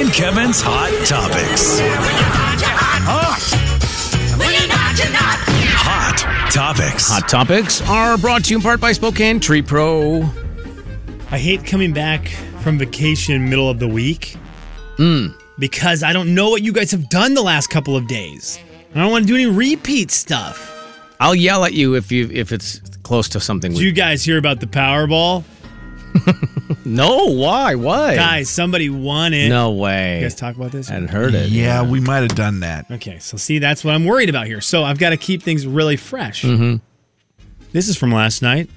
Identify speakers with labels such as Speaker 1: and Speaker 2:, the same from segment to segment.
Speaker 1: and Kevin's Hot Topics. Hot Topics.
Speaker 2: Hot topics are brought to you in part by Spokane Tree Pro.
Speaker 3: I hate coming back from vacation middle of the week
Speaker 2: Hmm.
Speaker 3: because I don't know what you guys have done the last couple of days. And I don't want to do any repeat stuff.
Speaker 2: I'll yell at you if you if it's close to something.
Speaker 3: Did
Speaker 2: we-
Speaker 3: you guys hear about the Powerball?
Speaker 2: no, why? Why?
Speaker 3: Guys, somebody won it.
Speaker 2: no way.
Speaker 3: You guys talk about this?
Speaker 2: I hadn't heard it.
Speaker 4: Yeah, we might have done that.
Speaker 3: Okay, so see, that's what I'm worried about here. So I've got to keep things really fresh.
Speaker 2: Mm-hmm.
Speaker 3: This is from last night.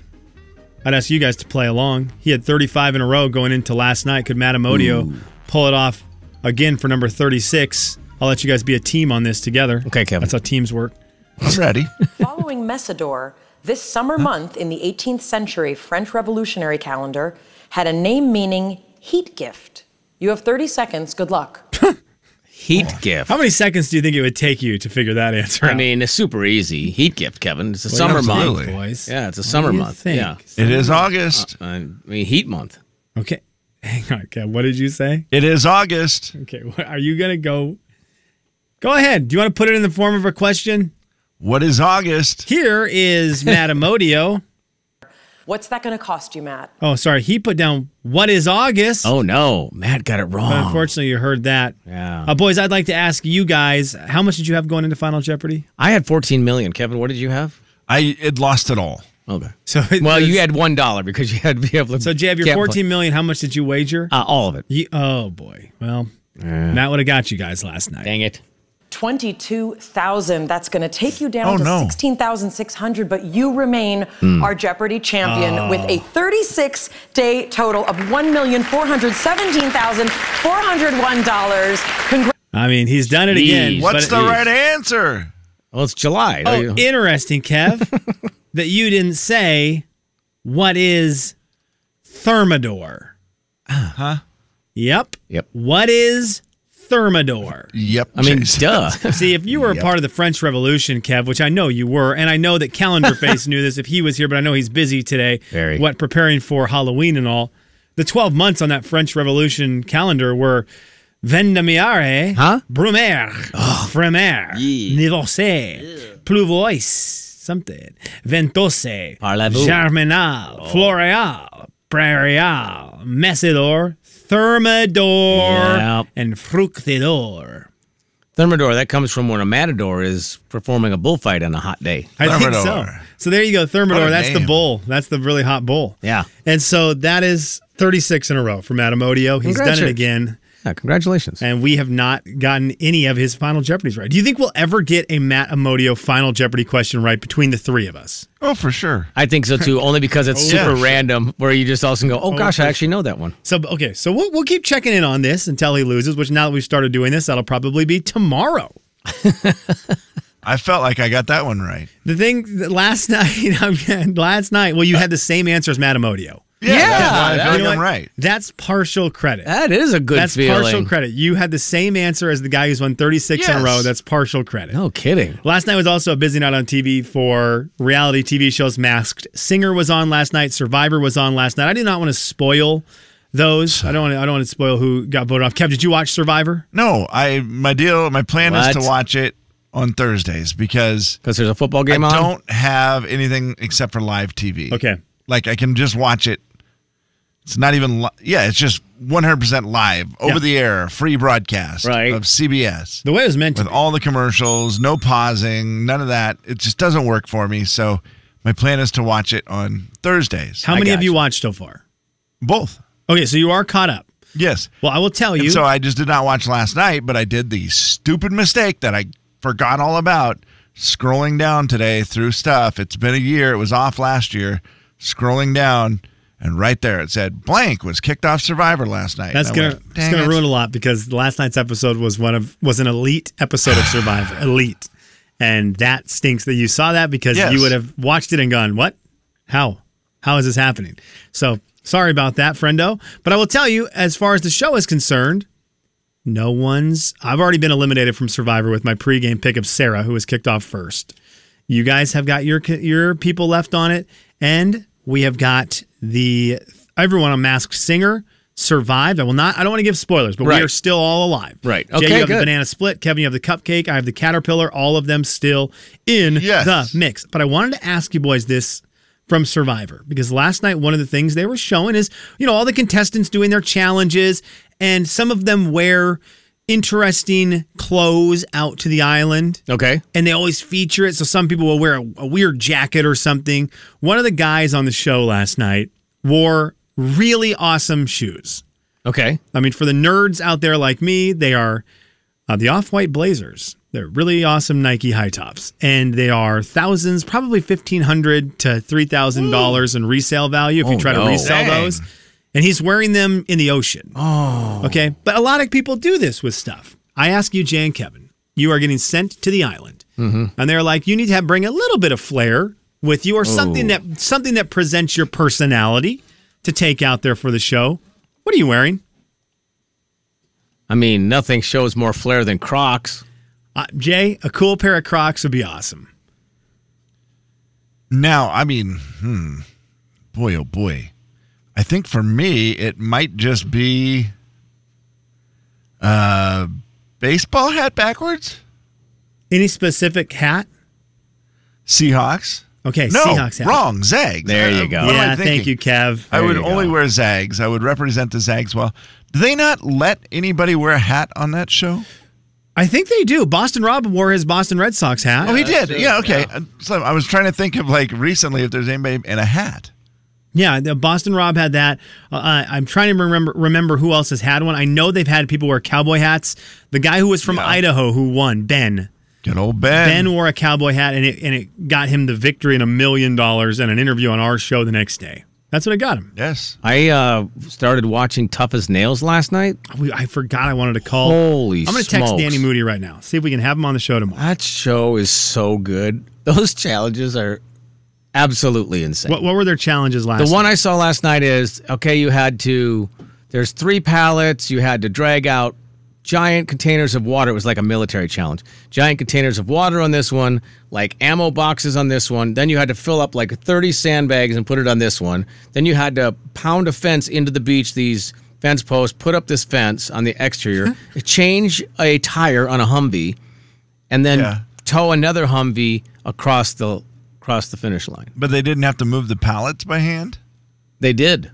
Speaker 3: I'd ask you guys to play along. He had 35 in a row going into last night. Could Matt Amodio pull it off again for number 36? I'll let you guys be a team on this together.
Speaker 2: Okay, Kevin.
Speaker 3: That's how teams work.
Speaker 4: I'm ready.
Speaker 5: Following Messidor, this summer month in the 18th century French revolutionary calendar had a name meaning heat gift. You have 30 seconds. Good luck.
Speaker 2: Heat gift.
Speaker 3: How many seconds do you think it would take you to figure that answer out?
Speaker 2: I mean, it's super easy. Heat gift, Kevin. It's a summer
Speaker 4: absolutely.
Speaker 2: month.
Speaker 3: boys.
Speaker 2: Yeah, it's a summer
Speaker 3: do you
Speaker 2: month.
Speaker 3: think?
Speaker 2: Yeah.
Speaker 4: It is August.
Speaker 2: I mean, heat month.
Speaker 3: Okay. Hang on, Kev. What did you say?
Speaker 4: It is August.
Speaker 3: Okay. What, are you going to go? Go ahead. Do you want to put it in the form of a question?
Speaker 4: What is August?
Speaker 3: Here is Matt Amodio.
Speaker 5: What's that going to cost you, Matt?
Speaker 3: Oh, sorry. He put down what is August.
Speaker 2: Oh no, Matt got it
Speaker 3: But
Speaker 2: wrong.
Speaker 3: unfortunately, you heard that.
Speaker 2: Yeah.
Speaker 3: Uh, boys, I'd like to ask you guys how much did you have going into Final Jeopardy?
Speaker 2: I had 14 million. Kevin, what did you have?
Speaker 4: I it lost it all.
Speaker 2: Okay.
Speaker 3: So
Speaker 2: Well, you had one dollar because you had to be able to.
Speaker 3: So Jeb, your
Speaker 2: can't play-
Speaker 3: fourteen million. How much did you wager?
Speaker 2: Uh, all of it.
Speaker 3: You- oh boy. Well, Matt would have got you guys last night.
Speaker 2: Dang it.
Speaker 5: 22,000. That's going to take you down
Speaker 4: Oh,
Speaker 5: to
Speaker 4: no. Hmm.
Speaker 5: 16,600, but you remain our Jeopardy champion
Speaker 4: Oh.
Speaker 5: with a 36 day total of $1,417,401. Congrats.
Speaker 3: I mean, he's done it again.
Speaker 2: Jeez.
Speaker 3: but
Speaker 4: What's
Speaker 3: it-
Speaker 4: the right answer?
Speaker 2: Well, it's July. There you
Speaker 3: Oh,
Speaker 2: go.
Speaker 3: interesting, Kev, that you didn't say what is thermidor. Huh? Yep.
Speaker 2: Yep.
Speaker 3: What is thermidor?
Speaker 4: Yep.
Speaker 2: I mean,
Speaker 4: Chase.
Speaker 2: duh.
Speaker 3: See, if you were a
Speaker 4: Yep.
Speaker 3: part of the French Revolution, Kev, which I know you were, and I know that Calendar Face knew this if he was here, but I know he's busy today.
Speaker 2: Very.
Speaker 3: What preparing for Halloween and all. The 12 months on that French Revolution calendar were Vendemiaire,
Speaker 2: Huh? Oh.
Speaker 3: Brumaire, Fremer,
Speaker 2: Yee.
Speaker 3: Nivausé, Pluvois, something, Ventose,
Speaker 2: Parlez-vous.
Speaker 3: Germinal,
Speaker 2: Oh.
Speaker 3: Floreal, Prairial, Messidor, Thermidor,
Speaker 2: Yep.
Speaker 3: and Fructidor.
Speaker 2: Thermidor. That comes from when a matador is performing a bullfight on a hot day.
Speaker 3: I think so.
Speaker 4: Thermidor.
Speaker 3: So there you go,
Speaker 4: What
Speaker 3: Thermidor.
Speaker 4: a
Speaker 3: That's the
Speaker 4: name.
Speaker 3: bull. That's the really hot bull.
Speaker 2: Yeah.
Speaker 3: And so that is 36 in a row from Adam Odio. He's done it
Speaker 2: Congratulations.
Speaker 3: again,
Speaker 2: Yeah. Congratulations.
Speaker 3: and we have not gotten any of his Final Jeopardy's right. Do you think we'll ever get a Matt Amodio Final Jeopardy question right between the three of us?
Speaker 4: Oh, for sure.
Speaker 2: I think so too. Only because it's
Speaker 4: yeah,
Speaker 2: super
Speaker 4: sure.
Speaker 2: random, where you just also go, "Oh gosh, I
Speaker 3: for
Speaker 2: actually know that one."
Speaker 3: So okay, so we'll we'll keep checking in on this until he loses. Which now that we've started doing this, that'll probably be tomorrow.
Speaker 4: I felt like I got that one right.
Speaker 3: The thing that last night, I'm- last night, well, you had the same answer as Matt Amodio.
Speaker 4: Yeah. that's why I
Speaker 2: that-
Speaker 4: feel
Speaker 3: You
Speaker 4: like
Speaker 3: know
Speaker 4: I'm
Speaker 3: what?
Speaker 4: right.
Speaker 3: That's partial credit.
Speaker 2: That is a good
Speaker 3: That's
Speaker 2: feeling.
Speaker 3: partial credit. You had the same answer as the guy who's won 36 in a
Speaker 4: Yes.
Speaker 3: row. That's partial credit.
Speaker 2: No kidding.
Speaker 3: Last night was also a busy night on TV for reality TV shows. Masked Singer was on last night. Survivor was on last night. I do not want to spoil those. I don't. Want to, I don't want to spoil who got voted off. Kev, did you watch Survivor?
Speaker 4: No, I my deal, my plan is to
Speaker 2: What?
Speaker 4: watch it on Thursdays because
Speaker 2: Because there's a football
Speaker 4: I
Speaker 2: game on.
Speaker 4: don't have anything except for live TV.
Speaker 3: Okay.
Speaker 4: Like I can just watch it. It's not even li- yeah, it's just 100% live, over the air, free broadcast
Speaker 2: Right.
Speaker 4: of CBS.
Speaker 3: The way it was meant to.
Speaker 4: with all the commercials, no pausing, none of that. It just doesn't work for me. So my plan is to watch it on Thursdays.
Speaker 3: How
Speaker 2: I
Speaker 3: many have
Speaker 2: got
Speaker 3: you
Speaker 2: you.
Speaker 3: watched so far?
Speaker 4: Both.
Speaker 3: Okay, so you are caught up.
Speaker 4: Yes.
Speaker 3: Well, I will tell you.
Speaker 4: And so I just did not watch last night, but I did the stupid mistake that I forgot all about scrolling down today through stuff. It's been a year. It was off last year. Scrolling down, and right there it said blank was kicked off Survivor last night.
Speaker 3: That's
Speaker 4: And I
Speaker 3: gonna
Speaker 4: went,
Speaker 3: it's
Speaker 4: "Dang
Speaker 3: gonna
Speaker 4: it."
Speaker 3: ruin a lot because last night's episode was one of was an elite episode of Survivor, elite, and that stinks that you saw that because
Speaker 4: Yes.
Speaker 3: you would have watched it and gone, what, how, how is this happening? So sorry about that, friendo. But I will tell you, as far as the show is concerned, no one's. I've already been eliminated from Survivor with my pregame pick of Sarah, who was kicked off first. You guys have got your your people left on it, and we have got the everyone on Masked Singer, survived. I will not. I don't want to give spoilers, but
Speaker 2: Right.
Speaker 3: we are still all alive.
Speaker 2: Right.
Speaker 3: Jay,
Speaker 2: Okay,
Speaker 3: you have
Speaker 2: good.
Speaker 3: the banana split. Kevin, you have the cupcake. I have the caterpillar. All of them still in
Speaker 4: Yes.
Speaker 3: the mix. But I wanted to ask you boys this from Survivor because last night one of the things they were showing is you know all the contestants doing their challenges and some of them wear interesting clothes out to the island
Speaker 2: Okay.
Speaker 3: and they always feature it. So some people will wear a, a weird jacket or something. One of the guys on the show last night wore really awesome shoes.
Speaker 2: Okay.
Speaker 3: I mean, for the nerds out there like me, they are uh, the off white blazers. They're really awesome Nike high tops, and they are thousands, probably fifteen hundred to three thousand dollars in resale value if
Speaker 2: Oh,
Speaker 3: you try
Speaker 2: no.
Speaker 3: to resell
Speaker 4: Dang.
Speaker 3: those. And he's wearing them in the ocean. Oh, okay. But a lot of people do this with stuff. I ask you, Jay and Kevin, you are getting sent to the island, and they're like, you need to have, bring a little bit of flair with you, or something that something that presents your personality to take out there for the show. What are you wearing?
Speaker 2: I mean, nothing shows more flair than Crocs.
Speaker 3: Uh, Jay, a cool pair of Crocs would be awesome.
Speaker 4: Now, I mean, hmm, boy, oh boy. I think for me, it might just be uh, baseball hat backwards.
Speaker 3: Any specific hat?
Speaker 4: Seahawks.
Speaker 3: Okay,
Speaker 4: No,
Speaker 3: Seahawks hat.
Speaker 4: wrong. Zags.
Speaker 2: There you go.
Speaker 4: what am I
Speaker 3: yeah, thank
Speaker 4: thinking?
Speaker 3: you, Kev.
Speaker 4: I would
Speaker 2: you go.
Speaker 4: only wear Zags. I would represent the Zags well. Do they not let anybody wear a hat on that show?
Speaker 3: I think they do. Boston Rob wore his Boston Red Sox hat.
Speaker 4: oh, he did. Yeah, okay. Uh, So I was trying to think of like recently if there's anybody in a hat.
Speaker 3: Yeah, the Boston Rob had that. Uh, I'm trying to remember remember who else has had one. I know they've had people wear cowboy hats. The guy who was from
Speaker 4: Yeah.
Speaker 3: Idaho who won, Ben.
Speaker 4: Good old Ben.
Speaker 3: Ben wore a cowboy hat, and it and it got him the victory and a million dollars and an interview on our show the next day. That's what it got him.
Speaker 4: Yes.
Speaker 2: I uh, started watching Tough as Nails last night.
Speaker 3: We, I forgot I wanted to call.
Speaker 2: Holy
Speaker 3: I'm gonna text
Speaker 2: smokes.
Speaker 3: Danny Moody right now. See if we can have him on the show tomorrow.
Speaker 2: That show is so good. Those challenges are absolutely insane.
Speaker 3: What, what were their challenges last?
Speaker 2: the one
Speaker 3: night?
Speaker 2: I saw last night is okay, you had to, there's three pallets, you had to drag out giant containers of water. It was like a military challenge. Giant containers of water on this one, like ammo boxes on this one. Then you had to fill up like 30 sandbags and put it on this one. Then you had to pound a fence into the beach, these fence posts, put up this fence on the exterior, change a tire on a Humvee, and then
Speaker 4: Yeah.
Speaker 2: tow another Humvee across the across the finish line.
Speaker 4: But they didn't have to move the pallets by hand?
Speaker 2: They did.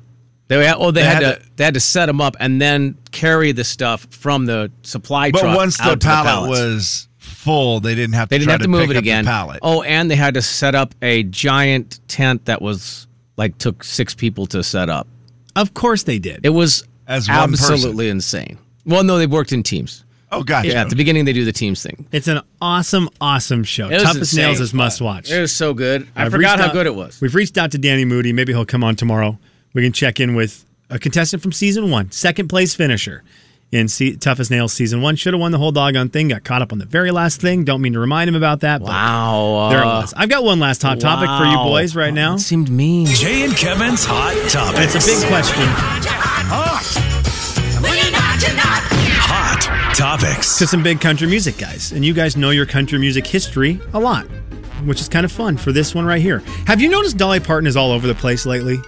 Speaker 2: They were- oh they, had, to, they had to set them up and then carry the stuff from the supply
Speaker 4: But
Speaker 2: truck.
Speaker 4: once the
Speaker 2: out to
Speaker 4: pallet
Speaker 2: pallets.
Speaker 4: was full, they didn't have to
Speaker 2: they didn't
Speaker 4: try
Speaker 2: have to,
Speaker 4: pick
Speaker 2: move
Speaker 4: up
Speaker 2: it
Speaker 4: the
Speaker 2: again.
Speaker 4: pallet.
Speaker 2: Oh, and they had to set up a giant tent that was like took six people to set up.
Speaker 3: Of course they did.
Speaker 2: It was
Speaker 4: As one person.
Speaker 2: absolutely insane. Well, no, they worked in teams.
Speaker 4: oh gotcha.
Speaker 2: Yeah, at the beginning they do the teams thing.
Speaker 3: It's an awesome, awesome show.
Speaker 2: It was
Speaker 3: Tough as
Speaker 2: insane.
Speaker 3: nails is must watch.
Speaker 2: It was so good. I
Speaker 3: I've
Speaker 2: forgot
Speaker 3: reached
Speaker 2: how
Speaker 3: out-
Speaker 2: good it was.
Speaker 3: We've reached out to Danny Moody. Maybe he'll come on tomorrow. We can check in with a contestant from season one, second place finisher in se- Tough as Nails season one. Should have won the whole doggone thing. Got caught up on the very last thing. Don't mean to remind him about that.
Speaker 2: Wow.
Speaker 3: But there it
Speaker 2: uh,
Speaker 3: was. I've got one last hot topic for you
Speaker 2: wow.
Speaker 3: boys right
Speaker 2: Oh,
Speaker 3: now.
Speaker 2: It seemed mean.
Speaker 1: Jay and Kevin's Hot Topics.
Speaker 3: It's a big question.
Speaker 1: Hot Topics.
Speaker 3: to some big country music guys. And you guys know your country music history a lot, which is kind of fun for this one right here. Have you noticed Dolly Parton is all over the place lately?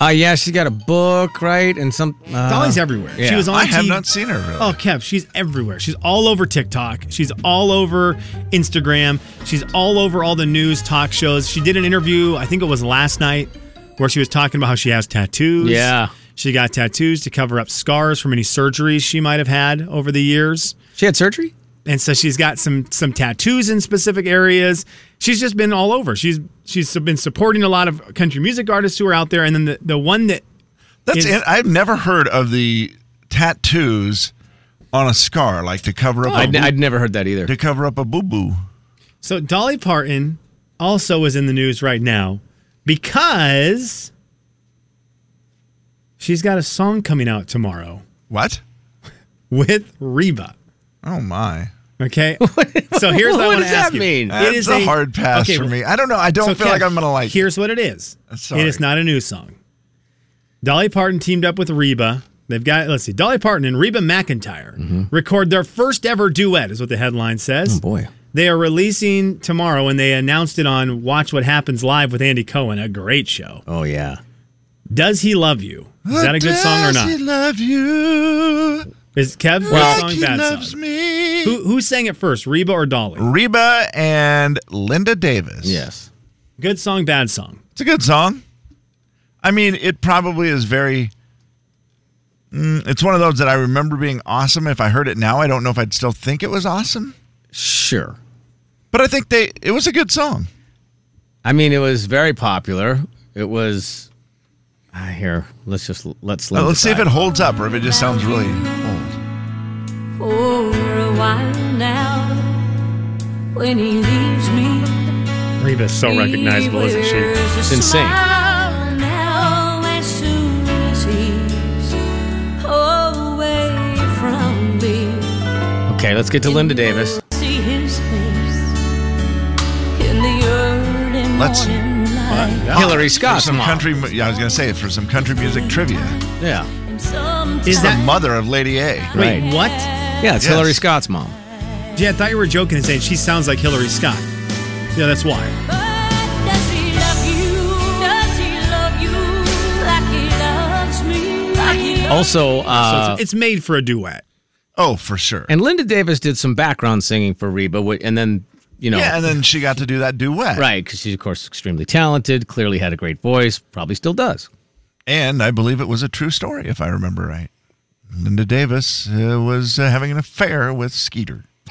Speaker 2: Uh, yeah, she's got a book, right? And some. Uh,
Speaker 3: Dolly's everywhere. She
Speaker 2: yeah.
Speaker 3: was on
Speaker 4: I have
Speaker 3: TV
Speaker 4: not seen her really.
Speaker 3: Oh, Kev, she's everywhere. She's all over TikTok. She's all over Instagram. She's all over all the news talk shows. She did an interview, I think it was last night, where she was talking about how she has tattoos.
Speaker 2: Yeah.
Speaker 3: She got tattoos to cover up scars from any surgeries she might have had over the years.
Speaker 2: She had surgery?
Speaker 3: and so she's got some some tattoos in specific areas. She's just been all over. She's she's been supporting a lot of country music artists who are out there, and then the, the one that
Speaker 4: That's
Speaker 3: is-
Speaker 4: it. I've never heard of the tattoos on a scar, like to cover
Speaker 3: Oh.
Speaker 4: up a
Speaker 2: I'd,
Speaker 4: boo-
Speaker 2: I'd never heard that either.
Speaker 4: to cover up a boo boo.
Speaker 3: so Dolly Parton also is in the news right now because she's got a song coming out tomorrow
Speaker 4: What?
Speaker 3: with Reba.
Speaker 4: Oh my.
Speaker 3: Okay, so here's what,
Speaker 2: What
Speaker 3: I want
Speaker 2: does
Speaker 3: to
Speaker 2: that
Speaker 3: ask you.
Speaker 2: mean?
Speaker 4: That's a, hard pass
Speaker 3: okay,
Speaker 4: for me. I don't know. I don't
Speaker 3: So,
Speaker 4: feel
Speaker 3: Kev,
Speaker 4: like I'm gonna like it. Uh,
Speaker 3: Here's what it is.
Speaker 4: sorry.
Speaker 3: It is not a new song. Dolly Parton teamed up with Reba. They've got let's see, Dolly Parton and Reba McIntyre
Speaker 4: Mm-hmm.
Speaker 3: record their first ever duet, is what the headline says.
Speaker 2: Oh, boy.
Speaker 3: They are releasing tomorrow, and they announced it on Watch What Happens Live with Andy Cohen, a great show.
Speaker 2: Oh, yeah.
Speaker 3: Does he love you? Is that a good song or
Speaker 4: Does he
Speaker 3: not?
Speaker 4: love you?
Speaker 3: Is Kev
Speaker 4: Like
Speaker 3: good song,
Speaker 4: he
Speaker 3: bad
Speaker 4: loves
Speaker 3: song?
Speaker 4: me.
Speaker 3: Who who sang it first, Reba or Dolly?
Speaker 4: Reba and Linda Davis.
Speaker 2: Yes.
Speaker 3: Good song, bad song.
Speaker 4: It's a good song. I mean, it probably is very. Mm, it's one of those that I remember being awesome. If I heard it now, I don't know if I'd still think it was awesome.
Speaker 2: Sure.
Speaker 4: But I think they it was a good song.
Speaker 2: I mean, it was very popular. It was. Ah, here, let's just let's let.
Speaker 4: Uh, let's see if it holds up or if it just sounds really old.
Speaker 6: for a while now. When he leaves me,
Speaker 3: Reba's so recognizable, isn't she?
Speaker 6: It's
Speaker 2: insane.
Speaker 6: Now, as soon as he's away from me,
Speaker 2: Okay, let's get to Linda Davis.
Speaker 6: see his face in the early
Speaker 4: Let's-
Speaker 6: morning light.
Speaker 2: Hillary Scott.
Speaker 4: For some
Speaker 2: come on.
Speaker 4: country, mu- yeah, I was gonna say for some country music trivia.
Speaker 2: Yeah.
Speaker 6: And sometimes
Speaker 3: Is
Speaker 4: The
Speaker 3: that
Speaker 4: mother of Lady A.
Speaker 2: Right.
Speaker 3: wait? What?
Speaker 2: Yeah, it's
Speaker 4: Yes.
Speaker 2: Hillary Scott's mom.
Speaker 3: Gee, I thought you were joking and saying she sounds like Hillary Scott. Yeah, that's why.
Speaker 6: But does he love you? Does he love you like he loves me? Like he loves
Speaker 2: Also,
Speaker 3: So
Speaker 2: uh,
Speaker 3: it's, it's made for a duet.
Speaker 4: Oh, for sure.
Speaker 2: and Linda Davis did some background singing for Reba, wh- and then you know,
Speaker 4: Yeah, and then she got to do that duet.
Speaker 2: right? Because she's of course extremely talented. Clearly had a great voice. Probably still does.
Speaker 4: And I believe it was a true story, if I remember right. Linda Davis uh, was uh, having an affair with Skeeter.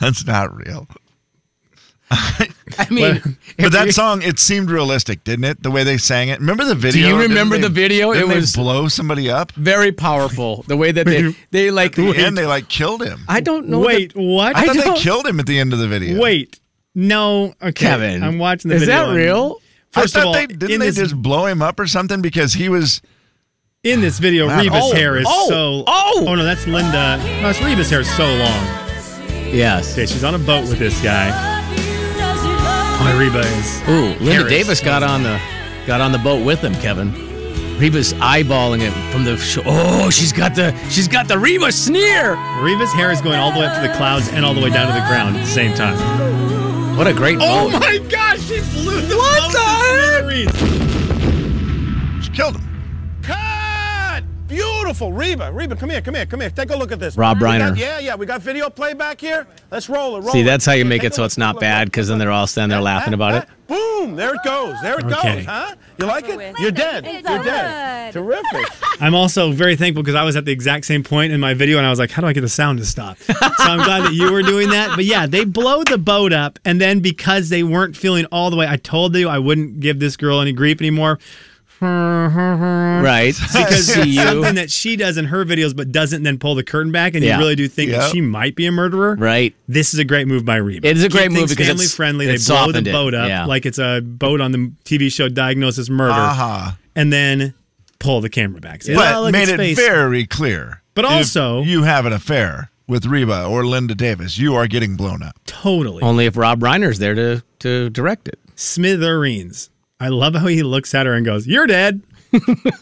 Speaker 4: That's not real.
Speaker 2: I mean,
Speaker 4: But that song, it seemed realistic, didn't it? The way they sang it. Remember the video?
Speaker 2: you
Speaker 4: Didn't
Speaker 2: remember
Speaker 4: they-
Speaker 2: the video?
Speaker 4: Didn't
Speaker 2: It
Speaker 4: they
Speaker 2: was-
Speaker 4: blow somebody up,
Speaker 2: very powerful. The way that they they like.
Speaker 4: and they like killed him. I,
Speaker 2: I don't know.
Speaker 3: Wait,
Speaker 2: that-
Speaker 3: what?
Speaker 2: I
Speaker 4: thought
Speaker 2: don't-
Speaker 4: they killed him at the end of the video.
Speaker 3: Wait. No, okay.
Speaker 2: Kevin,
Speaker 3: I'm watching the
Speaker 2: is
Speaker 3: video.
Speaker 2: that
Speaker 3: and-
Speaker 2: real?
Speaker 3: First of
Speaker 4: I thought
Speaker 3: all,
Speaker 4: they didn't
Speaker 3: in,
Speaker 4: they
Speaker 3: this,
Speaker 4: just blow him up or something because he was
Speaker 3: in this video,
Speaker 4: Wow.
Speaker 3: Reba's
Speaker 4: Oh,
Speaker 3: hair is
Speaker 2: oh,
Speaker 3: so.
Speaker 2: oh!
Speaker 3: no, that's Linda. No, it's Reba's hair is so long.
Speaker 2: Yes.
Speaker 3: Okay, she's on a boat with this guy.
Speaker 6: you? Does he love
Speaker 3: My Reba is.
Speaker 2: Ooh, Linda
Speaker 3: Harris.
Speaker 2: Davis got on the got on the boat with him, Kevin. Reba's eyeballing it from the sh- oh, she's got the she's got the Reba sneer.
Speaker 3: Reba's hair is going all the way up to the clouds and all the way down to the ground at the same time.
Speaker 2: What a great
Speaker 3: Oh
Speaker 2: moment.
Speaker 3: my gosh, she blew the
Speaker 2: What the heck?
Speaker 3: boat to smithereens.
Speaker 4: she killed him.
Speaker 7: Cut! Beautiful, Reba. Reba, come here, come here, come here. Take a look at this.
Speaker 2: Rob
Speaker 7: We got-
Speaker 2: Reiner.
Speaker 7: yeah, yeah. We got video playback here. Let's roll it. Roll
Speaker 2: See,
Speaker 7: it.
Speaker 2: that's how you
Speaker 7: Here,
Speaker 2: make
Speaker 7: take
Speaker 2: it
Speaker 7: a
Speaker 2: so
Speaker 7: look,
Speaker 2: it's not
Speaker 7: look,
Speaker 2: bad
Speaker 7: look,
Speaker 2: because
Speaker 7: look,
Speaker 2: then they're all standing there
Speaker 7: look.
Speaker 2: laughing
Speaker 7: Ah,
Speaker 2: about it.
Speaker 7: ah, Boom! There it goes. There it
Speaker 3: Okay.
Speaker 7: goes. Huh? You like it?
Speaker 6: with.
Speaker 7: You're dead.
Speaker 6: It's
Speaker 7: You're
Speaker 6: all
Speaker 7: dead.
Speaker 6: good.
Speaker 7: Terrific.
Speaker 3: I'm also very thankful because I was at the exact same point in my video and I was like, how do I get the sound to stop? So I'm glad that you were doing that. But yeah, they blow the boat up. And then because they weren't feeling all the way, I told you I wouldn't give this girl any grief anymore.
Speaker 2: Right.
Speaker 3: Because
Speaker 2: see you.
Speaker 3: something that she does in her videos but doesn't then pull the curtain back and
Speaker 2: Yeah.
Speaker 3: you really do think
Speaker 4: Yep.
Speaker 3: that she might be a murderer.
Speaker 2: Right.
Speaker 3: This is a great move by Reba.
Speaker 2: It is a great
Speaker 3: Keep
Speaker 2: move
Speaker 3: things
Speaker 2: because
Speaker 3: family
Speaker 2: it's- it
Speaker 3: friendly. they blow the
Speaker 2: softened it.
Speaker 3: boat up
Speaker 2: Yeah. Uh-huh.
Speaker 3: like it's a boat on the TV show Diagnosis Murder,
Speaker 4: Aha.
Speaker 3: and then pull the camera back. Say,
Speaker 4: Uh-huh. But
Speaker 3: "Oh, look,
Speaker 4: made
Speaker 3: it's
Speaker 4: it
Speaker 3: face."
Speaker 4: very clear.
Speaker 3: But
Speaker 4: if
Speaker 3: also-
Speaker 4: you have an affair with Reba or Linda Davis, you are getting blown up.
Speaker 3: totally
Speaker 2: Only if Rob Reiner's there to to direct it.
Speaker 3: smithereens. I love how he looks at her and goes, "You're dead."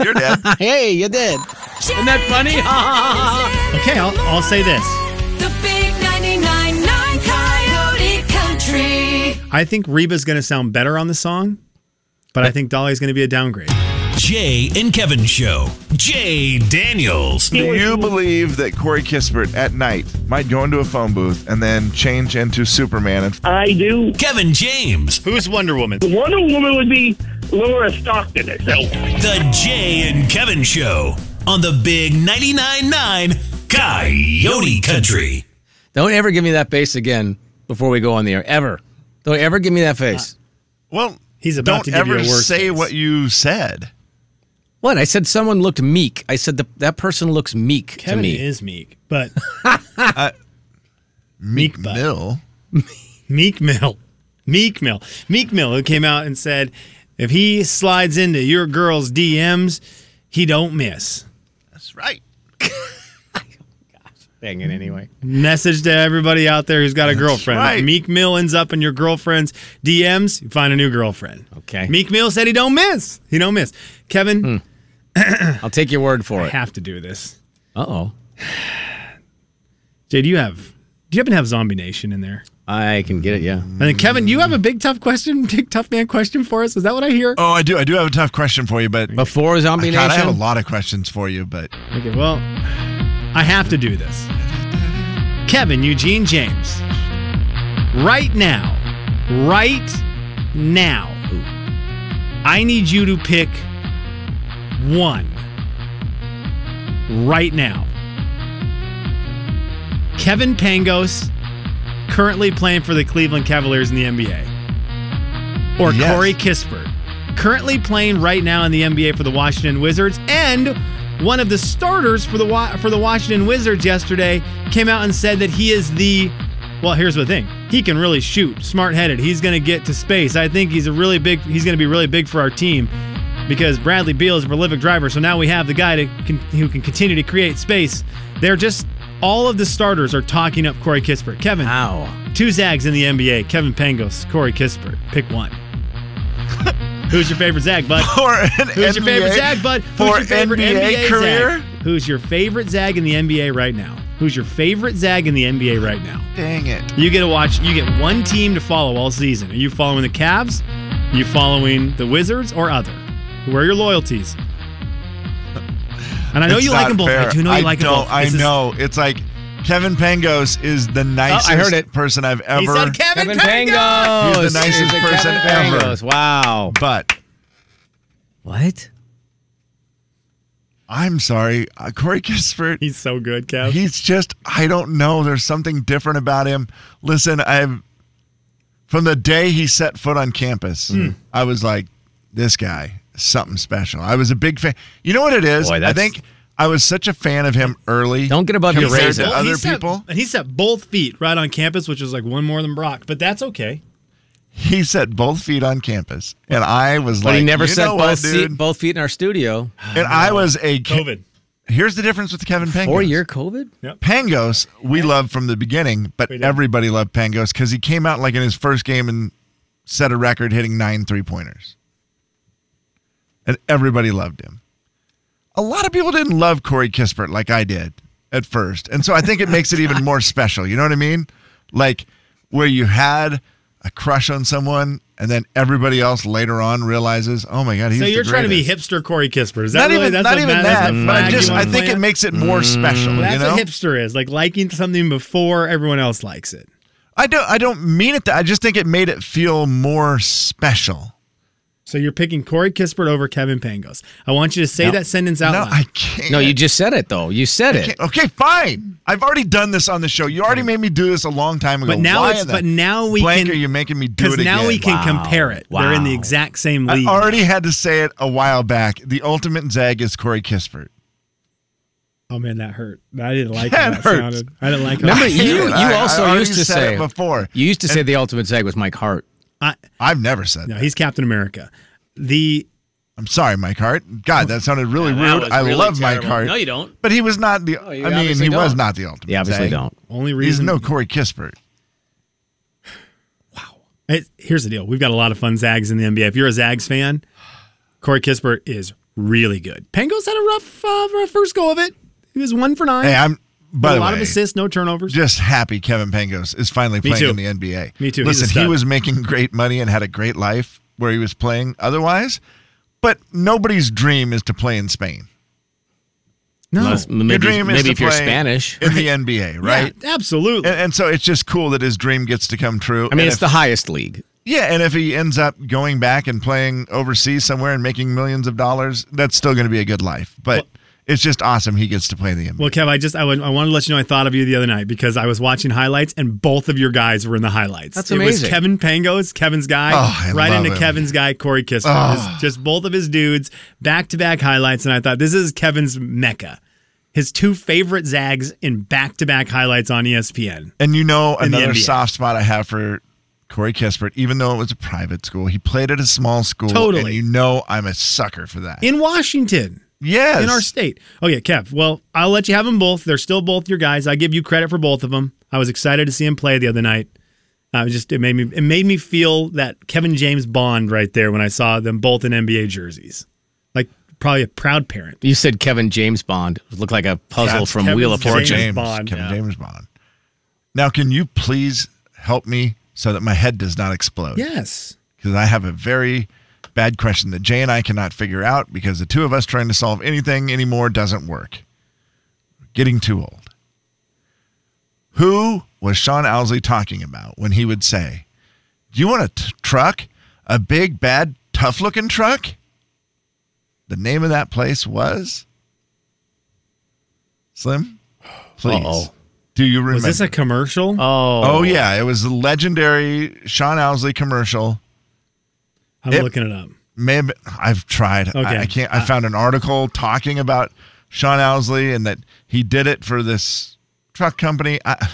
Speaker 4: You're dead.
Speaker 2: Hey, you did. Isn't that funny? Ha, ha, ha, ha.
Speaker 3: Okay, I'll, I'll say this.
Speaker 6: The big 99.9 Coyote Country.
Speaker 3: I think Reba's going to sound better on the song, but I think Dolly's going to be a downgrade.
Speaker 1: Jay and Kevin Show. Jay Daniels.
Speaker 4: Do you believe that Corey Kispert at night might go into a phone booth and then change into Superman? And f-
Speaker 8: I do.
Speaker 1: Kevin James.
Speaker 3: Who's Wonder Woman?
Speaker 8: Wonder Woman would be Laura Stockton or something.
Speaker 1: The Jay and Kevin Show on the Big 99.9 9 Coyote Country.
Speaker 2: Don't ever give me that face again before we go on the air. Ever. Don't ever give me that face.
Speaker 3: Uh,
Speaker 4: well,
Speaker 3: He's about
Speaker 4: don't
Speaker 3: to give you
Speaker 4: ever
Speaker 3: a worse
Speaker 4: say
Speaker 3: face.
Speaker 4: what you said.
Speaker 2: What? I said someone looked meek. I said the, that person looks meek
Speaker 3: Kevin
Speaker 2: to me.
Speaker 3: is meek, but
Speaker 4: Meek
Speaker 3: butt.
Speaker 4: Mill.
Speaker 3: Meek Mill. Meek Mill. Meek Mill who came out and said, if he slides into your girl's DMs, he don't miss.
Speaker 4: That's right.
Speaker 2: Banging anyway.
Speaker 3: Message to everybody out there who's got a girlfriend.
Speaker 4: right.
Speaker 3: Meek Mill ends up in your girlfriend's DMs, you find a new girlfriend.
Speaker 2: Okay.
Speaker 3: Meek Mill said he don't miss. He don't miss. Kevin,
Speaker 2: I'll take your word for
Speaker 3: I
Speaker 2: it. Uh
Speaker 3: have to do this.
Speaker 2: oh.
Speaker 3: Jay, do you have do you happen to have Zombie Nation in there?
Speaker 2: I can get it. Yeah.
Speaker 3: And then Kevin, you have a big tough question, big tough man question for us. Is that what I hear?
Speaker 4: Oh, I do. I do have a tough question for you, but
Speaker 2: Before Zombie
Speaker 4: God, I
Speaker 2: Nation.
Speaker 4: have a lot of questions for you, but
Speaker 3: Okay, well, I have to do this. Kevin Eugene James, right now, right now, I need you to pick one right now. Kevin Pangos, currently playing for the Cleveland Cavaliers in the NBA, or
Speaker 4: Yes.
Speaker 3: Corey Kispert, currently playing right now in the NBA for the Washington Wizards, and one of the starters for the Wa- for the Washington Wizards yesterday came out and said that he is the well, here's the thing. He can really shoot, smart-headed. He's going to get to space. I think he's a really big he's going to be really big for our team because Bradley Beal is a prolific driver. So now we have the guy to con- who can continue to create space. They're just all of the starters are talking up Corey Kispert. Kevin,
Speaker 2: Ow.
Speaker 3: Two Zags in the NBA: Kevin Pangos, Corey Kispert. Pick one. Who's your favorite Zag, bud?
Speaker 4: for an
Speaker 3: Who's
Speaker 4: NBA,
Speaker 3: your favorite Zag, bud? Who's
Speaker 4: for
Speaker 3: your favorite
Speaker 4: NBA,
Speaker 3: Zag?
Speaker 4: career?
Speaker 3: Who's your favorite Zag in the NBA right now? Who's your favorite Zag in the NBA right now?
Speaker 4: Dang it!
Speaker 3: You get to watch. You get one team to follow all season. Are you following the Cavs? Are you following the Wizards or other? Where are your loyalties? And I know
Speaker 4: It's
Speaker 3: you like
Speaker 4: not
Speaker 3: them both. I
Speaker 4: fair.
Speaker 3: do know you like them
Speaker 4: don't-
Speaker 3: both.
Speaker 4: I
Speaker 3: This is- Oh,
Speaker 4: know. It's like Kevin Pangos is the nicest
Speaker 2: heard it.
Speaker 4: person I've ever.
Speaker 3: He said
Speaker 2: Kevin
Speaker 3: Kevin, Pangos.
Speaker 2: Pangos.
Speaker 4: He's the nicest
Speaker 2: Is it
Speaker 4: person
Speaker 2: Kevin
Speaker 4: ever.
Speaker 2: Pangos? Wow.
Speaker 4: But
Speaker 2: What?
Speaker 4: I'm sorry, uh, Corey Kispert.
Speaker 3: He's so good, Kev.
Speaker 4: He's just, I don't know. There's something different about him. Listen, I've, from the day he set foot on campus,
Speaker 2: Hmm.
Speaker 4: I was like, this guy, is something special. I was a big fan. You know what it is?
Speaker 2: Boy,
Speaker 4: I
Speaker 2: that's-
Speaker 4: think I was such a fan of him early.
Speaker 2: Don't get above your
Speaker 4: compared
Speaker 2: raisin.
Speaker 4: to
Speaker 3: Well, he
Speaker 4: other
Speaker 3: set-
Speaker 4: people.
Speaker 3: and he set both feet right on campus, which was like one more than Brock, but that's okay.
Speaker 4: He set both feet on campus. And I was
Speaker 2: But
Speaker 4: like,
Speaker 2: he never
Speaker 4: you
Speaker 2: set
Speaker 4: know
Speaker 2: both,
Speaker 4: what,
Speaker 2: seat-
Speaker 4: dude?
Speaker 2: both feet in our studio.
Speaker 4: And I was a. Ke-
Speaker 3: COVID.
Speaker 4: Here's the difference with Kevin Pangos.
Speaker 2: Four year COVID?
Speaker 4: Pangos, we loved from the beginning, but
Speaker 3: We did.
Speaker 4: everybody loved Pangos because he came out like in his first game and set a record hitting nine three pointers. And everybody loved him. A lot of people didn't love Corey Kispert like I did at first. And so I think it makes it even more special. You know what I mean? Like where you had a crush on someone and then everybody else later on realizes, oh my God, he's
Speaker 3: So
Speaker 4: the
Speaker 3: you're trying to be
Speaker 4: greatest."
Speaker 3: hipster Corey Kisper. Is that
Speaker 4: Not
Speaker 3: really,
Speaker 4: even,
Speaker 3: that's
Speaker 4: not
Speaker 3: a
Speaker 4: even
Speaker 3: ma- that's
Speaker 4: that,
Speaker 3: a
Speaker 4: but I
Speaker 3: flag
Speaker 4: just
Speaker 3: you
Speaker 4: I
Speaker 3: wanna
Speaker 4: think it
Speaker 3: plant?
Speaker 4: makes it more special.
Speaker 3: Well, Mm. that's
Speaker 4: you know?
Speaker 3: what hipster is like liking something before everyone else likes it.
Speaker 4: I don't I don't mean it that I just think it made it feel more special.
Speaker 3: So you're picking Corey Kispert over Kevin Pangos. I want you to say
Speaker 2: No.
Speaker 3: that sentence out
Speaker 4: No,
Speaker 3: loud.
Speaker 4: I can't.
Speaker 2: Oh. No, you just said it, though. You said it.
Speaker 4: can't. Okay, fine. I've already done this on the show. You already made me do this a long time ago.
Speaker 3: But now
Speaker 4: Why
Speaker 3: it's-
Speaker 4: in the
Speaker 3: but now we
Speaker 4: blank
Speaker 3: can-
Speaker 4: are you making me do
Speaker 3: Because
Speaker 4: it
Speaker 3: now
Speaker 4: again?
Speaker 3: we can
Speaker 2: Wow.
Speaker 3: compare it. They're in the
Speaker 2: Wow.
Speaker 3: exact same
Speaker 4: I
Speaker 3: league.
Speaker 4: already had to say it a while back. The ultimate zag is Corey Kispert.
Speaker 3: oh man, that hurt. I didn't like
Speaker 4: That
Speaker 3: how that
Speaker 4: hurts.
Speaker 3: sounded. I didn't like how
Speaker 2: Remember,
Speaker 4: I
Speaker 2: you,
Speaker 4: hate it.
Speaker 2: you
Speaker 4: I- I
Speaker 2: also
Speaker 4: already
Speaker 2: used to
Speaker 4: said
Speaker 2: say
Speaker 4: it before.
Speaker 2: You used to say the ultimate zag was Mike Hart.
Speaker 3: I,
Speaker 4: I've never said
Speaker 3: no,
Speaker 4: that.
Speaker 3: he's Captain America. The
Speaker 4: I'm sorry, Mike Hart. God, that sounded really
Speaker 2: that
Speaker 4: rude.
Speaker 2: was
Speaker 4: I
Speaker 2: really
Speaker 4: love Mike
Speaker 2: terrible.
Speaker 4: Hart.
Speaker 2: No, you don't.
Speaker 4: But he was not the.
Speaker 2: you
Speaker 4: I mean,
Speaker 2: obviously
Speaker 4: he was
Speaker 2: don't.
Speaker 4: not the ultimate.
Speaker 2: You obviously
Speaker 4: Zag.
Speaker 2: don't.
Speaker 3: only
Speaker 4: He's
Speaker 3: reason
Speaker 4: no Corey Kispert.
Speaker 3: It, here's the deal: we've got a lot of fun Zags in the NBA. If you're a Zags fan, Corey Kispert is really good. Pangos had a rough, uh, rough first go of it. He was one for nine.
Speaker 4: Hey, I'm. By
Speaker 3: a
Speaker 4: the
Speaker 3: lot
Speaker 4: way,
Speaker 3: of assists, no turnovers.
Speaker 4: just happy Kevin Pangos is finally
Speaker 3: Me
Speaker 4: playing
Speaker 3: too.
Speaker 4: in the NBA.
Speaker 3: Me too. He's a
Speaker 4: Listen, he
Speaker 3: stud.
Speaker 4: was making great money and had a great life where he was playing otherwise, but nobody's dream is to play in Spain.
Speaker 3: no,
Speaker 2: Unless-
Speaker 3: Yeah,
Speaker 2: maybe
Speaker 4: dream is
Speaker 2: maybe
Speaker 4: to
Speaker 2: if you're
Speaker 4: play-
Speaker 2: Spanish.
Speaker 4: In the NBA, right?
Speaker 3: absolutely.
Speaker 4: And, and so it's just cool that his dream gets to come true.
Speaker 2: I mean,
Speaker 4: And
Speaker 2: it's
Speaker 4: if-
Speaker 2: the highest league.
Speaker 4: yeah, and if he ends up going back and playing overseas somewhere and making millions of dollars, that's still going to be a good life. But it's just awesome he gets to play in the NBA.
Speaker 3: well, Kev, I just I, would, I wanted to let you know I thought of you the other night because I was watching highlights and both of your guys were in the highlights.
Speaker 2: That's
Speaker 3: it
Speaker 2: amazing.
Speaker 3: was Kevin Pangos, Kevin's guy,
Speaker 4: Oh, I
Speaker 3: right
Speaker 4: love
Speaker 3: into
Speaker 4: him. Oh.
Speaker 3: Kevin's guy, Corey Kispert. Just- Just both of his dudes back to back highlights, and I thought this is Kevin's mecca. His two favorite Zags in back to back highlights on E ESPN.
Speaker 4: And you know
Speaker 3: In the
Speaker 4: another
Speaker 3: NBA.
Speaker 4: soft spot I have for Corey Kispert, even though it was a private school, he played at a small school. And
Speaker 3: Totally.
Speaker 4: you know I'm a sucker for that.
Speaker 3: in Washington,
Speaker 4: yes.
Speaker 3: in our state. Okay, Kev. Well, I'll let you have them both. They're still both your guys. I give you credit for both of them. I was excited to see him play the other night. I was just it made me it made me feel that Kevin James bond right there when I saw them both in NBA jerseys, like probably a proud parent.
Speaker 2: You said Kevin James Bond. It looked like a puzzle
Speaker 4: That's
Speaker 2: from
Speaker 3: Kevin
Speaker 2: Wheel of
Speaker 3: James
Speaker 2: Fortune.
Speaker 4: James
Speaker 3: Bond,
Speaker 4: Kevin
Speaker 3: yeah.
Speaker 4: James Bond. Now, can you please help me so that my head does not explode.
Speaker 3: Yes.
Speaker 4: Because I have a very bad question that Jay and I cannot figure out because the two of us trying to solve anything anymore doesn't work. We're getting too old. Who was Sean Owsley talking about when he would say, Do you want a t- truck? A big, bad, tough looking truck? The name of that place was? Slim? Please.
Speaker 2: Uh-oh.
Speaker 4: Do you remember?
Speaker 3: Was this a commercial?
Speaker 2: Oh,
Speaker 4: Oh yeah, it was the legendary Sean Owsley commercial.
Speaker 3: I'm
Speaker 4: it-
Speaker 3: looking it up.
Speaker 4: Maybe I've tried. I-
Speaker 3: Okay.
Speaker 4: I, can't. I found an article talking about Sean Owsley and that he did it for this truck company. I,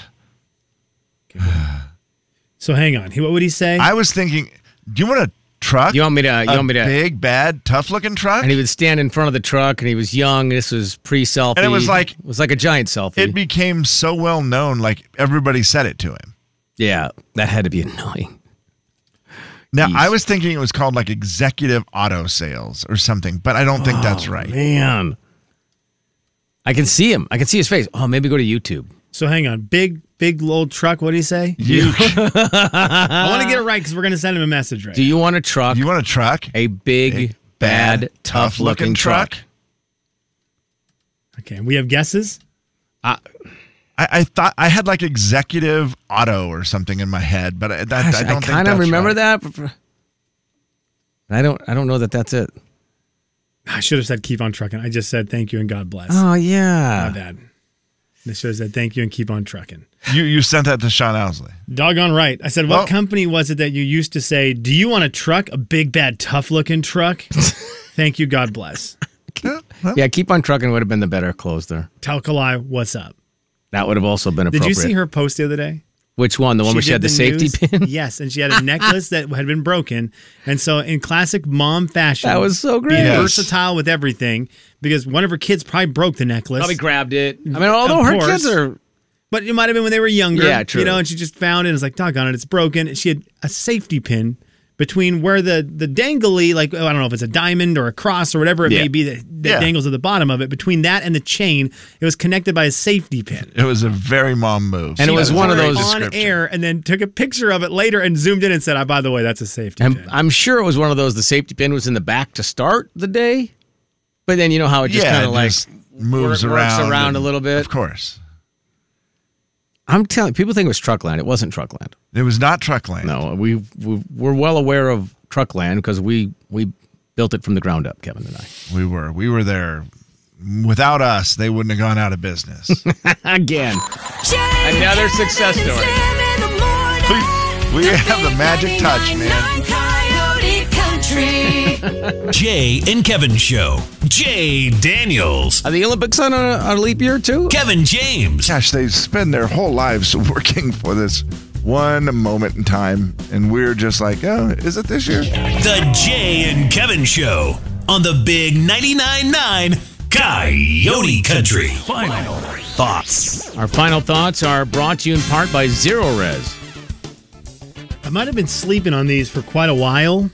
Speaker 3: So hang on. He- What would he say?
Speaker 4: I was thinking, do you want a truck?
Speaker 2: You want me to? You
Speaker 4: a
Speaker 2: want me to?
Speaker 4: big, bad, tough-looking truck?
Speaker 2: And he would stand in front of the truck, and he was young. This was pre-selfie.
Speaker 4: And it was like-
Speaker 2: it was like a giant selfie.
Speaker 4: it became so well known, like everybody said it to him.
Speaker 2: yeah, that had to be annoying.
Speaker 4: Now
Speaker 2: Jeez.
Speaker 4: I was thinking it was called like Executive Auto Sales or something, but I don't think that's right.
Speaker 2: Man, I can see him. I can see his face. Oh, maybe go to YouTube.
Speaker 3: so hang on. Big, big old truck. What would he say?
Speaker 4: You,
Speaker 3: I want to get it right because we're going to send him a message right
Speaker 2: Do you want a truck?
Speaker 4: you want a truck?
Speaker 2: a big,
Speaker 4: Big,
Speaker 2: bad,
Speaker 4: bad,
Speaker 2: tough-looking
Speaker 4: tough-looking
Speaker 2: truck.
Speaker 4: truck.
Speaker 3: Okay, we have guesses.
Speaker 4: I, I thought I had like executive auto or something in my head, but I, that,
Speaker 2: Gosh,
Speaker 4: I
Speaker 2: I,
Speaker 4: don't think
Speaker 2: kind of
Speaker 4: that's
Speaker 2: remember
Speaker 4: right.
Speaker 2: that. but for- I don't. I don't know that that's it.
Speaker 3: I should have said keep on trucking. I just said thank you and God bless.
Speaker 2: Oh
Speaker 3: My
Speaker 4: Uh,
Speaker 2: yeah.
Speaker 3: bad. I should have said thank you and keep on trucking.
Speaker 4: You you sent that to Sean Owsley.
Speaker 3: Doggone right. I said,
Speaker 4: Well-
Speaker 3: what company was it that you used to say, do you want a truck? A big, bad, tough looking truck? thank you, God bless.
Speaker 2: Yeah, keep on trucking would have been the better close there.
Speaker 3: Talcali, what's up?
Speaker 2: That would have also been appropriate.
Speaker 3: Did you see her post the other day?
Speaker 2: Which one? The one where she
Speaker 3: did
Speaker 2: had the, safety
Speaker 3: news-
Speaker 2: pin.
Speaker 3: Yes, and she had a necklace that had been broken. And so, in classic mom fashion,
Speaker 2: That was so great.
Speaker 3: being
Speaker 4: Yes.
Speaker 3: versatile with everything because one of her kids probably broke the necklace.
Speaker 2: Probably grabbed it. I mean, although
Speaker 3: Of
Speaker 2: her
Speaker 3: course.
Speaker 2: kids are
Speaker 3: But it might have been when they were younger.
Speaker 2: Yeah, true.
Speaker 3: You know, and she just found it and was like, doggone it, it's broken. And she had a safety pin between where the the dangly, like, oh, I don't know if it's a diamond or a cross or whatever it
Speaker 2: Yeah.
Speaker 3: may be that, that
Speaker 4: Yeah.
Speaker 3: dangles at the bottom of it, between that and the chain, it was connected by a safety pin.
Speaker 4: It was a very mom move,
Speaker 2: And it
Speaker 4: That
Speaker 2: was
Speaker 4: a
Speaker 2: one of
Speaker 4: great
Speaker 2: those-
Speaker 3: on
Speaker 4: description.
Speaker 3: air and then took a picture of it later and zoomed in and said, oh, by the way, that's a safety
Speaker 2: I'm,
Speaker 3: pin.
Speaker 2: I'm sure it was one of those. The safety pin was in the back to start the day, but then you know how it just
Speaker 4: yeah,
Speaker 2: kind of
Speaker 4: it
Speaker 2: like.
Speaker 4: just moves
Speaker 2: wor- works
Speaker 4: around,
Speaker 2: around
Speaker 4: and-
Speaker 2: a little bit.
Speaker 4: Of course,
Speaker 2: I'm telling people think it was Truckland. It wasn't Truckland.
Speaker 4: it was not Truckland.
Speaker 2: No, we, we we're well aware of Truckland because we we built it from the ground up, Kevin and
Speaker 4: we were we were there. Without us, they wouldn't have gone out of business.
Speaker 2: I. Again,
Speaker 6: Another success story.
Speaker 4: we have the magic touch, man.
Speaker 1: Jay and Kevin Show. Jay Daniels.
Speaker 2: are the Olympics on a, on a leap year too?
Speaker 1: Kevin James.
Speaker 4: Gosh, they spend their whole lives working for this one moment in time, and we're just like, oh, is it this year?
Speaker 1: The Jay and Kevin Show on the Big 99.9 9 Coyote Country. Final thoughts.
Speaker 2: Our final thoughts are brought to you in part by Zero Res.
Speaker 3: I might have been sleeping on these for quite a while.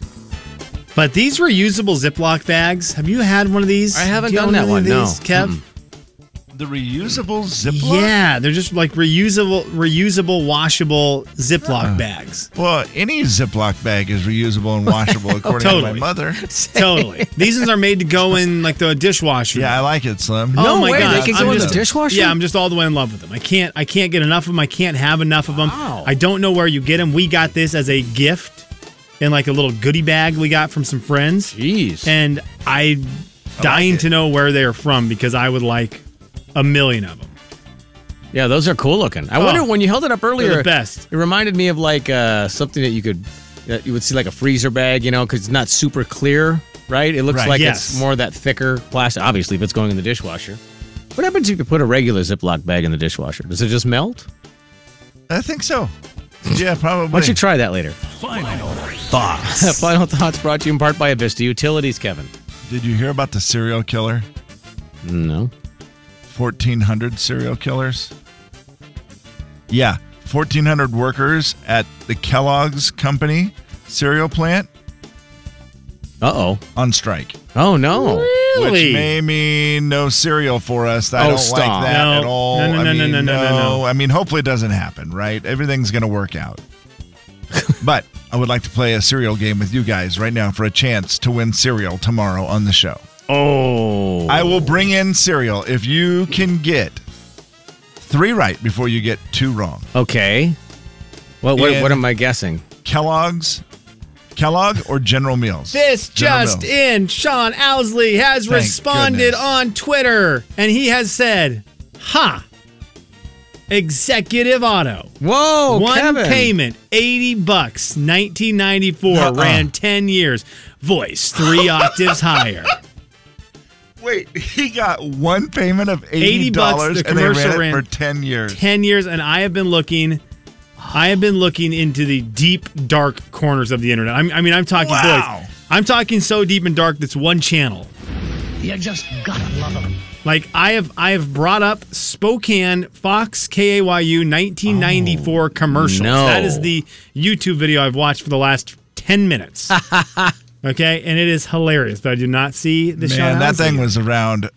Speaker 3: But these reusable Ziploc bags, have you had one of these?
Speaker 2: I haven't
Speaker 3: Do you
Speaker 2: done
Speaker 3: own
Speaker 2: that
Speaker 3: any of
Speaker 2: one, no.
Speaker 3: these, Kev?
Speaker 2: Mm-mm.
Speaker 4: The reusable Ziploc.
Speaker 3: Yeah, they're just like reusable, reusable, washable Ziploc bags.
Speaker 4: Well, any Ziploc bag is reusable and washable, according to my
Speaker 3: Totally.
Speaker 4: mother.
Speaker 3: Totally. These ones are made to go in like the dishwasher.
Speaker 4: Yeah, I like it, Slim.
Speaker 3: Oh
Speaker 2: No
Speaker 3: my
Speaker 2: way,
Speaker 3: God.
Speaker 2: they can
Speaker 3: I'm
Speaker 2: go in the
Speaker 3: just-
Speaker 2: dishwasher.
Speaker 3: Yeah, I'm just all the way in love with them. I can't, I can't get enough of them. I can't have enough of them.
Speaker 2: Wow.
Speaker 3: I don't know where you get them. We got this as a gift in like a little goodie bag we got from some friends.
Speaker 2: Jeez.
Speaker 3: and I dying
Speaker 4: it.
Speaker 3: to know where they are from because I would like a million of them.
Speaker 2: Yeah, those are cool looking. I
Speaker 3: Oh.
Speaker 2: wonder when you held it up earlier.
Speaker 3: They're the best.
Speaker 2: It reminded me of like uh, something that you could that you would see like a freezer bag, you know, because it's not super clear, right? It looks
Speaker 4: Right,
Speaker 2: like
Speaker 3: yes.
Speaker 2: it's more that thicker plastic. Obviously, if it's going in the dishwasher. What happens if you put a regular Ziploc bag in the dishwasher? Does it just melt?
Speaker 4: I think so. Yeah, probably.
Speaker 2: Why don't you try that later?
Speaker 1: Final thoughts.
Speaker 2: Final thoughts brought to you in part by Avista Utilities, Kevin.
Speaker 4: Did you hear about the serial killer?
Speaker 2: No.
Speaker 4: 1,400 serial killers? Yeah, 1,400 workers at the Kellogg's Company cereal plant
Speaker 2: Uh oh.
Speaker 4: on strike.
Speaker 2: Oh no.
Speaker 4: Which may mean no cereal for us. I
Speaker 2: Oh,
Speaker 4: don't
Speaker 2: stop.
Speaker 4: like that
Speaker 3: No.
Speaker 4: at all.
Speaker 3: No, no,
Speaker 4: I
Speaker 3: no, no,
Speaker 4: mean,
Speaker 3: no, no, no, no.
Speaker 4: I mean, hopefully it doesn't happen, right? Everything's going to work out. but I would like to play a cereal game with you guys right now for a chance to win cereal tomorrow on the show.
Speaker 2: Oh.
Speaker 4: I will bring in cereal if you can get three right before you get two wrong.
Speaker 2: Oh. Okay. Well, what,
Speaker 4: And-
Speaker 2: what am I guessing?
Speaker 4: Kellogg's, Kellogg, or General Mills?
Speaker 3: This
Speaker 4: General
Speaker 3: just
Speaker 4: Mills.
Speaker 3: in. Sean Owsley has
Speaker 4: Thank
Speaker 3: responded
Speaker 4: goodness.
Speaker 3: on Twitter and he has said, Ha! Executive Auto.
Speaker 2: Whoa,
Speaker 3: One
Speaker 2: Oh, Kevin.
Speaker 3: payment, 80 bucks, 1994,
Speaker 4: Nuh-uh.
Speaker 3: ran 10 years. Voice three octaves higher.
Speaker 4: Wait, he got one payment of eighty
Speaker 3: $80
Speaker 4: dollars,
Speaker 3: the
Speaker 4: and they
Speaker 3: commercial
Speaker 4: ran it
Speaker 3: ran-
Speaker 4: for ten years.
Speaker 3: 10 years and I have been looking I have been looking into the deep dark corners of the internet. I'm, I mean, I'm talking
Speaker 4: Wow.
Speaker 3: boys. I'm talking so deep and dark that's one channel.
Speaker 9: You just gotta love them.
Speaker 3: Like I have I have brought up Spokane Fox KAYU 1994
Speaker 4: Oh,
Speaker 3: commercials.
Speaker 2: no.
Speaker 3: That is the YouTube video I've watched for the last 10 minutes. okay, and it is hilarious, but I do not see the shot.
Speaker 4: Man, that thing was around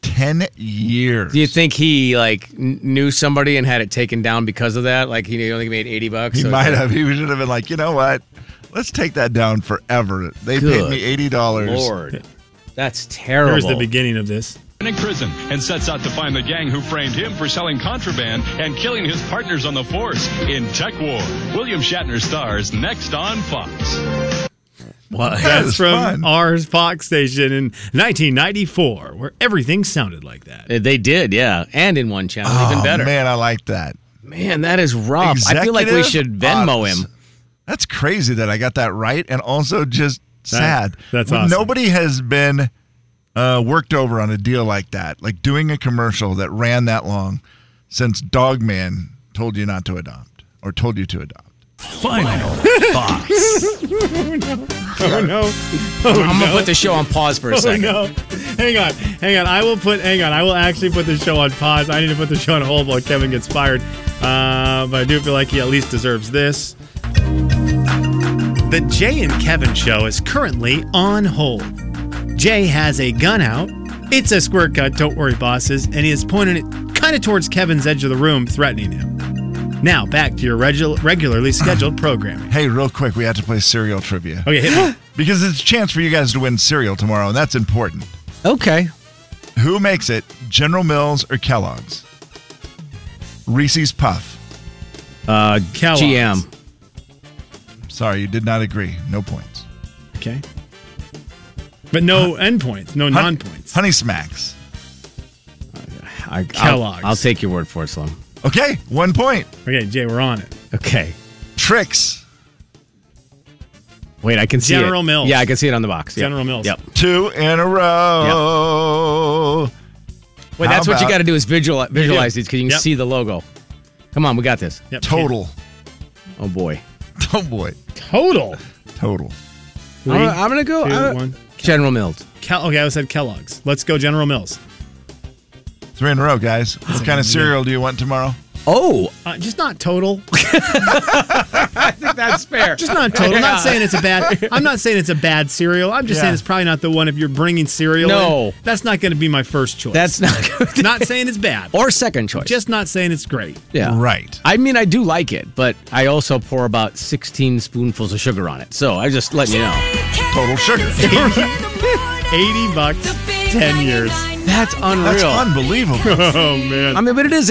Speaker 4: ten years.
Speaker 2: Do you think he like kn- knew somebody and had it taken down because of that? Like he only made eighty bucks.
Speaker 4: he
Speaker 2: so it's
Speaker 4: might
Speaker 2: like-
Speaker 4: have. He should have been like, you know what? Let's take that down forever. They paid
Speaker 2: Good
Speaker 4: me eighty dollars.
Speaker 2: Lord, that's terrible.
Speaker 3: Here's the beginning of this.
Speaker 10: in prison and sets out to find the gang who framed him for selling contraband and killing his partners on the force in Tech War. William Shatner stars next on Fox.
Speaker 2: What?
Speaker 4: That
Speaker 3: That's
Speaker 4: was
Speaker 3: from
Speaker 4: fun.
Speaker 3: ours Fox station in 1994, where everything sounded like that.
Speaker 2: They did, yeah, and in one channel, even
Speaker 4: Oh,
Speaker 2: better. Man.
Speaker 4: Man, I like that.
Speaker 2: that is rough. I feel like we
Speaker 4: Executive
Speaker 2: should Venmo
Speaker 4: Ops.
Speaker 2: him.
Speaker 4: That's crazy that I got that right, and also just sad.
Speaker 3: that's
Speaker 4: When
Speaker 3: awesome.
Speaker 4: Nobody has been uh, worked over on a deal like that, like doing a commercial that ran that long, since Dogman told you not to adopt or told you to adopt.
Speaker 1: Final thoughts.
Speaker 3: Oh no!
Speaker 2: I'm gonna put the show on pause for a
Speaker 3: Oh
Speaker 2: second.
Speaker 3: no! Hang on, hang on. I will put. Hang on. I will actually put the show on pause. I need to put the show on hold while Kevin gets fired. Uh, but I do feel like he at least deserves this. The Jay and Kevin show is currently on hold. Jay has a gun out. It's a squirt gun. Don't worry, bosses. And he is pointing it kind of towards Kevin's edge of the room, threatening him. Now back to your regu- regularly scheduled programming.
Speaker 4: Hey, real quick, we have to play cereal
Speaker 2: Uh,
Speaker 4: trivia
Speaker 3: Okay, hit me.
Speaker 4: because it's a chance for you guys to win cereal tomorrow, and that's important.
Speaker 2: Okay.
Speaker 4: Who makes it? General Mills or Kellogg's? Reese's Puff.
Speaker 2: Uh,
Speaker 3: Kellogg's.
Speaker 2: GM.
Speaker 4: Sorry, you did not agree. No points.
Speaker 3: Okay. But no end points, no non points.
Speaker 4: Honey Smacks.
Speaker 2: I, I'll-
Speaker 3: Kellogg's.
Speaker 2: I'll, take your word for it, Slim.
Speaker 4: Okay, one point.
Speaker 3: Okay, Jay, we're on it.
Speaker 2: Okay.
Speaker 4: Tricks.
Speaker 2: Wait, I can see it.
Speaker 3: General Mills.
Speaker 2: Yeah, I can see it on the box. Yep.
Speaker 3: General Mills.
Speaker 2: Yep.
Speaker 4: Two in a row.
Speaker 2: Wait,
Speaker 4: How
Speaker 2: that's what you
Speaker 4: about-
Speaker 2: got to do is visual, visualize these because you can
Speaker 3: Yep.
Speaker 2: see the logo. Come on, we got this.
Speaker 3: Yep.
Speaker 4: Total.
Speaker 2: Oh boy.
Speaker 4: Oh boy.
Speaker 3: Total.
Speaker 4: Total.
Speaker 3: Three,
Speaker 2: I'm, I'm gonna go
Speaker 3: two,
Speaker 2: uh,
Speaker 3: one.
Speaker 2: General Mills.
Speaker 3: Kel- okay, I said Kellogg's. Let's go General Mills.
Speaker 4: Three in a row, guys. What kind of cereal do you want tomorrow?
Speaker 2: Oh,
Speaker 3: Uh, just not total.
Speaker 2: that's fair.
Speaker 3: Just not total. I'm not saying it's a bad. I'm not saying it's a bad cereal. I'm just
Speaker 4: Yeah.
Speaker 3: saying it's probably not the one if you're bringing cereal.
Speaker 2: No.
Speaker 3: in. that's not going to be my first choice.
Speaker 2: that's not good.
Speaker 3: not saying it's bad.
Speaker 2: or second choice.
Speaker 3: just not saying it's great.
Speaker 2: yeah.
Speaker 4: Right.
Speaker 2: I mean, I do like it, but I also pour about 16 spoonfuls of sugar on it. So I just let you know.
Speaker 4: Total sugar.
Speaker 3: Eighty bucks, ten years.
Speaker 2: That's unreal.
Speaker 4: That's unbelievable.
Speaker 3: Oh man.
Speaker 2: I mean, but it is